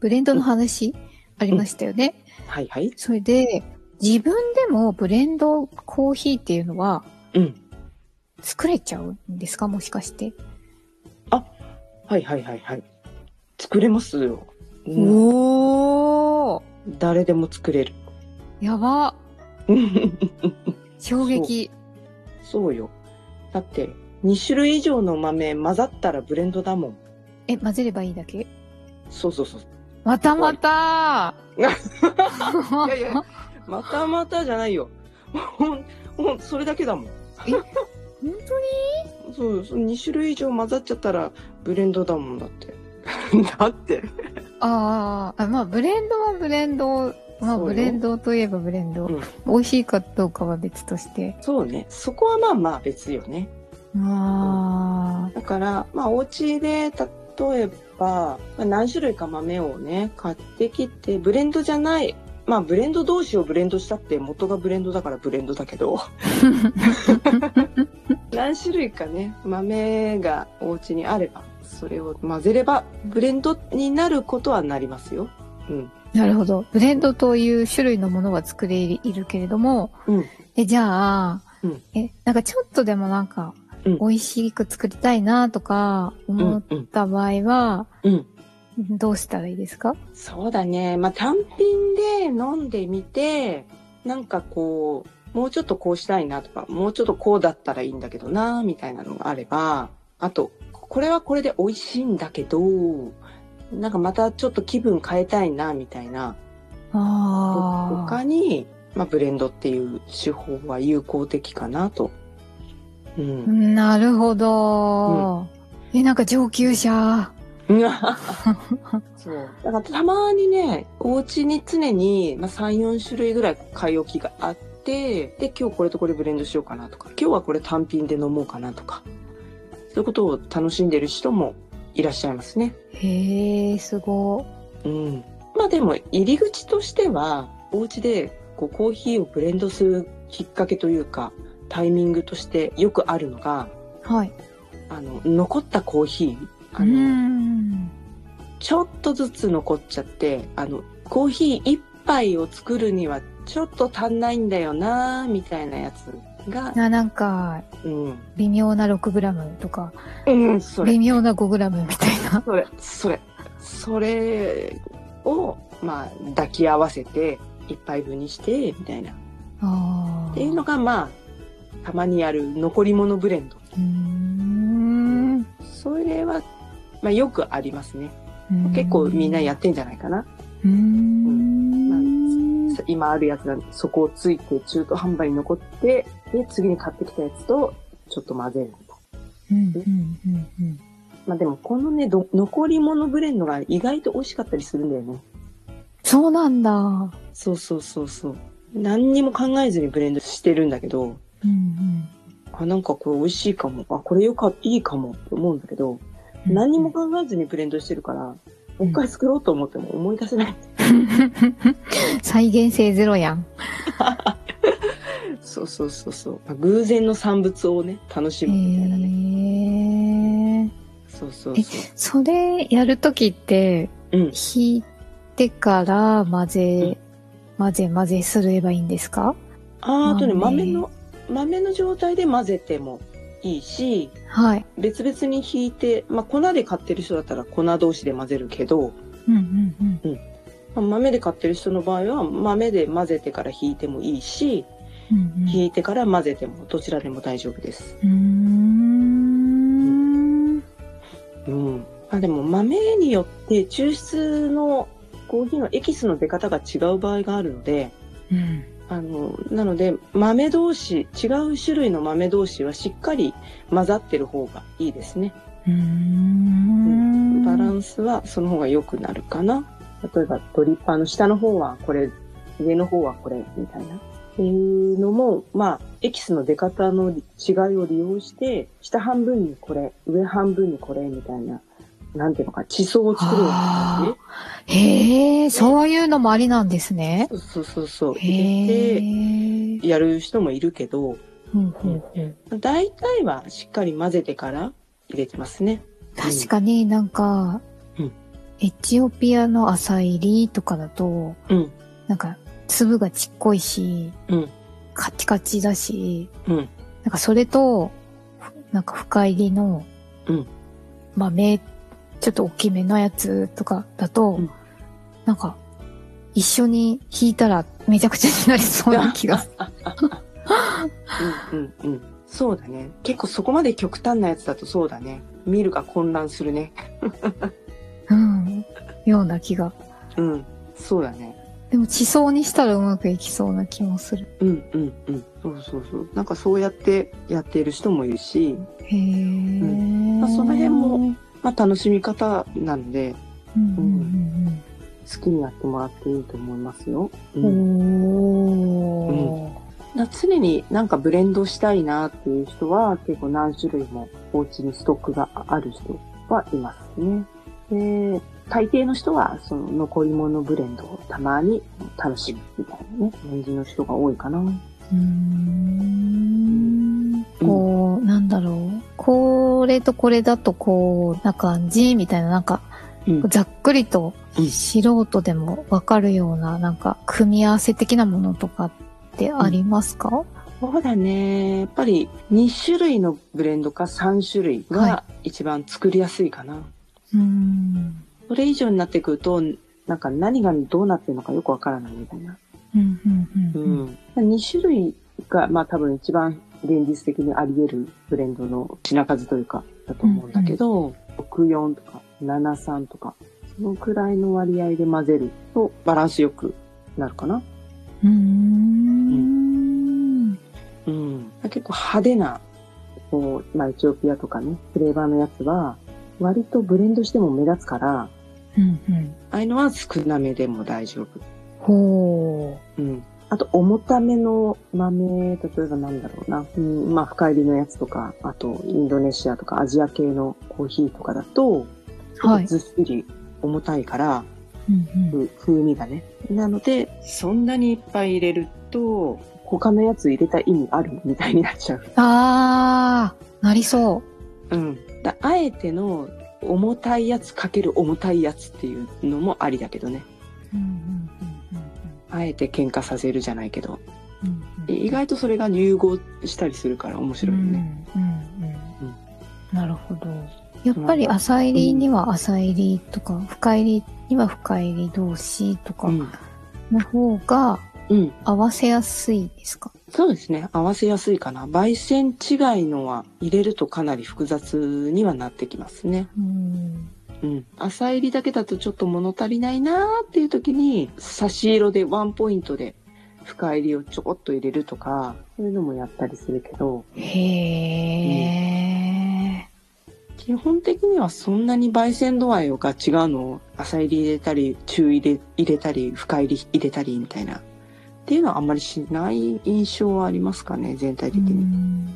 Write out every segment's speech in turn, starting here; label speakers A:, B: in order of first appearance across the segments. A: ブレンドの話ありましたよね。
B: はいはい
A: それで、自分でもブレンドコーヒーっていうのは
B: うん
A: 作れちゃうんですかもしかして。
B: はいはいはいはい作れますよ、うん
A: おー
B: 誰でも作れる
A: やば衝撃。
B: そうよだって2種類以上の豆混ざったらブレンドだもん
A: え、混ぜればいいだけ
B: そうそうそう
A: またま た
B: いやいや またまたじゃないよほんほんそれだけだもん
A: 本当に
B: そうそう2種類以上混ざっちゃったらブレンドだもんだって だって
A: あーあ、まあブレンドはブレンド。まあ
B: そうよ
A: ブレンドといえばブレンド。
B: うん
A: 美味しいかどうかは別として。
B: そうねそこはまあまあ別よね
A: あ
B: だからまあお家で例えばまあ何種類か豆をね買ってきてブレンドじゃないまあブレンド同士をブレンドしたって元がブレンドだからブレンドだけ ど何種類かね豆がお家にあればそれを混ぜればブレンドになることはなりますよ。うん、
A: あ、なるほど。ブレンドという種類のものは作れいるけれども、
B: うん
A: え、じゃあ、
B: うん
A: え、なんかちょっとでもなんか、
B: うん
A: 美味しく作りたいなとか
B: う
A: 思っ
B: んうん
A: た場合は、
B: うん
A: どうしたらいいですか
B: そうだね。まあ、単品で飲んでみて、なんかこう、もうちょっとこうしたいなとか、もうちょっとこうだったらいいんだけどな、みたいなのがあれば、あと、これはこれで美味しいんだけど、なんかまたちょっと気分変えたいな、みたいな。
A: ああ。
B: 他に、まあ、ブレンドっていう手法は有効的かなと。うん。
A: なるほど、え、なんか上級者。
B: そう。だからたまにね、お家に常に、まあ、3、4種類ぐらい買い置きがあって、で、今日これとこれブレンドしようかなとか、今日はこれ単品で飲もうかなとか、そういうことを楽しんでる人もいらっしゃいますね。
A: へえ、すご
B: うん。まあでも、入り口としては、お家でこうコーヒーをブレンドするきっかけというか、タイミングとしてよくあるのが、
A: はい。
B: あの、残ったコーヒー、あ
A: う
B: の、
A: ん。
B: ちょっとずつ残っちゃって、あの、コーヒー一杯を作るにはちょっと足んないんだよなみたいなやつが、
A: な、なんか、
B: うん。
A: 微妙な 6g とか、
B: うん、それ、
A: 微妙な 5g みたいな。
B: それ、それ、それを、まあ、抱き合わせて、一杯分にして、みたいな。
A: ああ。
B: っていうのが、まあ、たまにやる残り物ブレンド。
A: うーん。
B: それは、まあ、よくありますね。結構みんなやってんじゃないかな。
A: うーん。
B: 今あるやつがそこをついて中途販売に残って、で、次に買ってきたやつとちょっと混ぜると。
A: うんうんうんうん
B: まあでもこのね、ど残り物ブレンドが意外と美味しかったりするんだよね。
A: そうなんだ。うん
B: そうそうそうそう。何にも考えずにブレンドしてるんだけど、
A: うん。
B: あ、なんかこれ美味しいかも。あ、これよか、いいかもって思うんだけど、何にも考えずにブレンドしてるから、もう一回作ろうと思っても思い出せ ない。
A: 再現性ゼロやん。
B: そうそうそうそう。まあ偶然の産物をね、楽し
A: へ
B: むみたいなね。
A: え。
B: そうそうそ
A: それやるときって、
B: う。うん。
A: 引いてから混ぜ、混ぜ混ぜすればいいんですか
B: あーあとね
A: 豆
B: 豆の豆の状態で混ぜてもいいし
A: はい。
B: 別々にひいて、まあ、粉で買ってる人だったら粉同士で混ぜるけど、
A: うんうんうん。
B: まあ豆で買ってる人の場合は豆で混ぜてからひいてもいいし
C: うん
B: 冷えてから混ぜてもどちらでも大丈夫です。
C: うんうーん
B: うん。あでも豆によって抽出のコーヒーのエキスの出方が違う場合があるので、
C: うん
B: あの、なので豆同士、違う種類の豆同士はしっかり混ざってる方がいいですね。
C: うーん
B: バランスはその方が良くなるかな。例えばドリッパーの下の方はこれ、上の方はこれ、みたいな。っていうのも、まあ、エキスの出方の違いを利用して、下半分にこれ、上半分にこれ、みたいな、なんていうのか、地層を作るような感
A: へえ、そういうのもありなんですね。
B: じね。そうそうそう。
A: へえ。
B: で、やる人もいるけど、
A: うんうんうん
B: 大体はしっかり混ぜてから入れてますね。
A: 確かになんか
B: うん、
A: エチオピアの朝入りとかだと、
B: うん。
A: なんか粒がちっこいし、
B: うん
A: カチカチだし、
B: うん。
A: なんかそれと、ふなんか深入りの、
B: うん
A: まあ、目、ちょっと大きめのやつとかだと、
B: うん
A: なんか、一緒に弾いたらめちゃくちゃになりそうな気がする。
B: うんうんうん。そうだね。結構そこまで極端なやつだとそうだね。見るが混乱するね。
A: うん。ような気が。
B: うん。そうだね。
A: でも地層にしたらうまくいきそうな気もする。
B: うんうんうん。そうそうそう。なんかそうやってやっている人もいるし、
A: へえ、
B: まあその辺も、まあ楽しみ方なので、
A: うんうん
B: 好きにやってもらっていいと思いますよ。う。
A: うんうんん。おー。
B: だから常になんかブレンドしたいなっていう人は結構何種類もお家にストックがある人はいますね。で、大抵の人はその残り物ブレンドをたまに楽しむみたいなね、感じの人が多いかな。
A: うーんこう、なんだろう。これとこれだとこう、な感じみたいな、なんか、
B: うん
A: ざっくりと
B: うん
A: 素人でもわかるような、なんか、組み合わせ的なものとかってありますか、
B: そうだね。やっぱり2種類のブレンドか3種類が
A: は
B: 一番作りやすいかな。
A: うーん。
B: それ以上になってくると、なんか何がどうなってるのかよくわからないみたいな。
A: うん、うん、
B: う
A: うん。
B: ん。2種類が、まあ多分一番現実的にあり得るブレンドの品数というか、だと思うんだけど、64とか73とか、そのくらいの割合で混ぜるとバランスよくなるかな。
A: うーん。
B: うん、結構派手な、こう、まあ、エチオピアとかね、フレーバーのやつは、割とブレンドしても目立つから、
A: うん、うん。
B: ああいうのは少なめでも大丈夫。
A: ほ
B: うん。あと、重ための豆、例えばなんだろうな。うん、まあ、深入りのやつとか、あと、インドネシアとかアジア系のコーヒーとかだと、
A: う。はい。
B: ずっしり重たいから、
A: うん、うん。
B: ふ風味がね。なので、そんなにいっぱい入れると、他のやつ入れた意味あるみたいになっちゃう。
A: あー、なりそう。
B: うん。だあえての、重たいやつかける重たいやつっていうのもありだけどね。
A: うん、うん、うん、
B: あえて喧嘩させるじゃないけど。
A: うん。うん
B: 意外とそれが融合したりするから面白いよね。
A: うんうん
B: う
A: うんん、なるほど。やっぱり朝入りには朝入りとか、深入りには深入り同士とか
B: うん。
A: の方が
B: うん。
A: 合わせやすいですか、
B: そうですね。合わせやすいかな。焙煎違いのは入れるとかなり複雑にはなってきますね。
A: うん、
B: うん。浅入りだけだとちょっと物足りないなーっていう時に、差し色でワンポイントで深入りをちょこっと入れるとか、そういうのもやったりするけど、
A: へえ。
B: 基本的にはそんなに焙煎度合いが違うのを浅入り入れたり、中入れ入れたり、深入り入れたりみたいな。っていうのはあんまりしない印象はありますかね、全体
A: う
B: 的
A: ん
B: に。
A: う
B: うんん。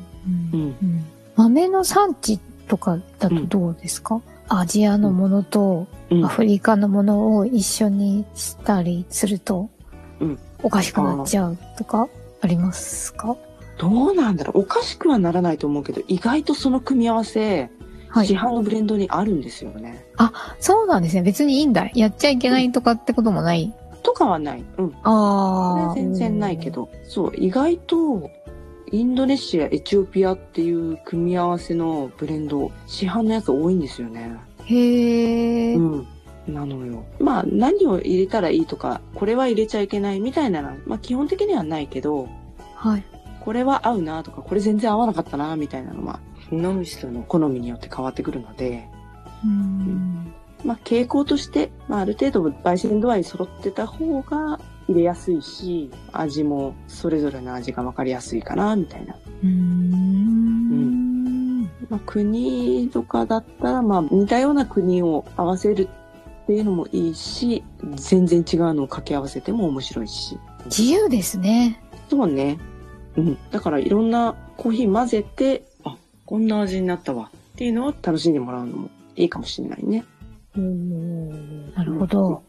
A: うん豆の産地とかだとどうですか、アジアのものと
B: うん
A: アフリカのものを一緒にしたりすると
B: うん、
A: おかしくなっちゃうとかありますか
B: どうなんだろうおかしくはならないと思うけど、意外とその組み合わせ、
A: は
B: 市
A: い。
B: 販のブレンドにあるんですよね。
A: そうなんですね。別にいいんだ。やっちゃいけないとかってこともない。
B: とかはない。うん。それ
A: あ
B: は
A: あ。
B: 全然ないけ。ど。そう、意外と、インドネシア、エチオピアっていう組み合わせのブレンド、市販のやつ多いんですよね。
A: へえ。
B: うん。なのよ。まあ、何を入れたらいいとか、これは入れちゃいけないみたいなのは、まあ基本的にはないけど、
D: はい。
B: これは合うなとか、これ全然合わなかったなみたいなのは、飲む人の好みによって変わってくるので、
D: うん。
B: まあ傾向として、まあある程度焙煎度合い揃ってた方が入れやすいし、味もそれぞれの味が分かりやすいかなみたいな。
D: うーん。
B: まあ国とかだったら、まあ似たような国を合わせるっていうのもいいし、全然違うのを掛け合わせても面白いし。
D: 自由ですね。
B: そうね。うん。だからいろんなコーヒー混ぜて、あ、こんな味になったわっていうのを楽しんでもらうのもいいかもしれないね。
D: なるほど。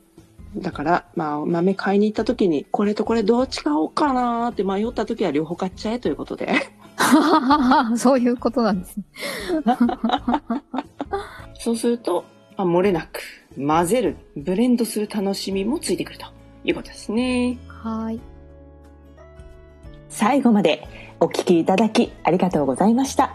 B: だから、まあ、豆買いに行った時に、これとこれどっち買おうかなーって迷った時は両方買っちゃえということで。
D: そういうことなんですね。
B: そうすると、まあ、漏れなく混ぜる、ブレンドする楽しみもついてくるということですね。
D: はい。
E: 最後までお聞きいただきありがとうございました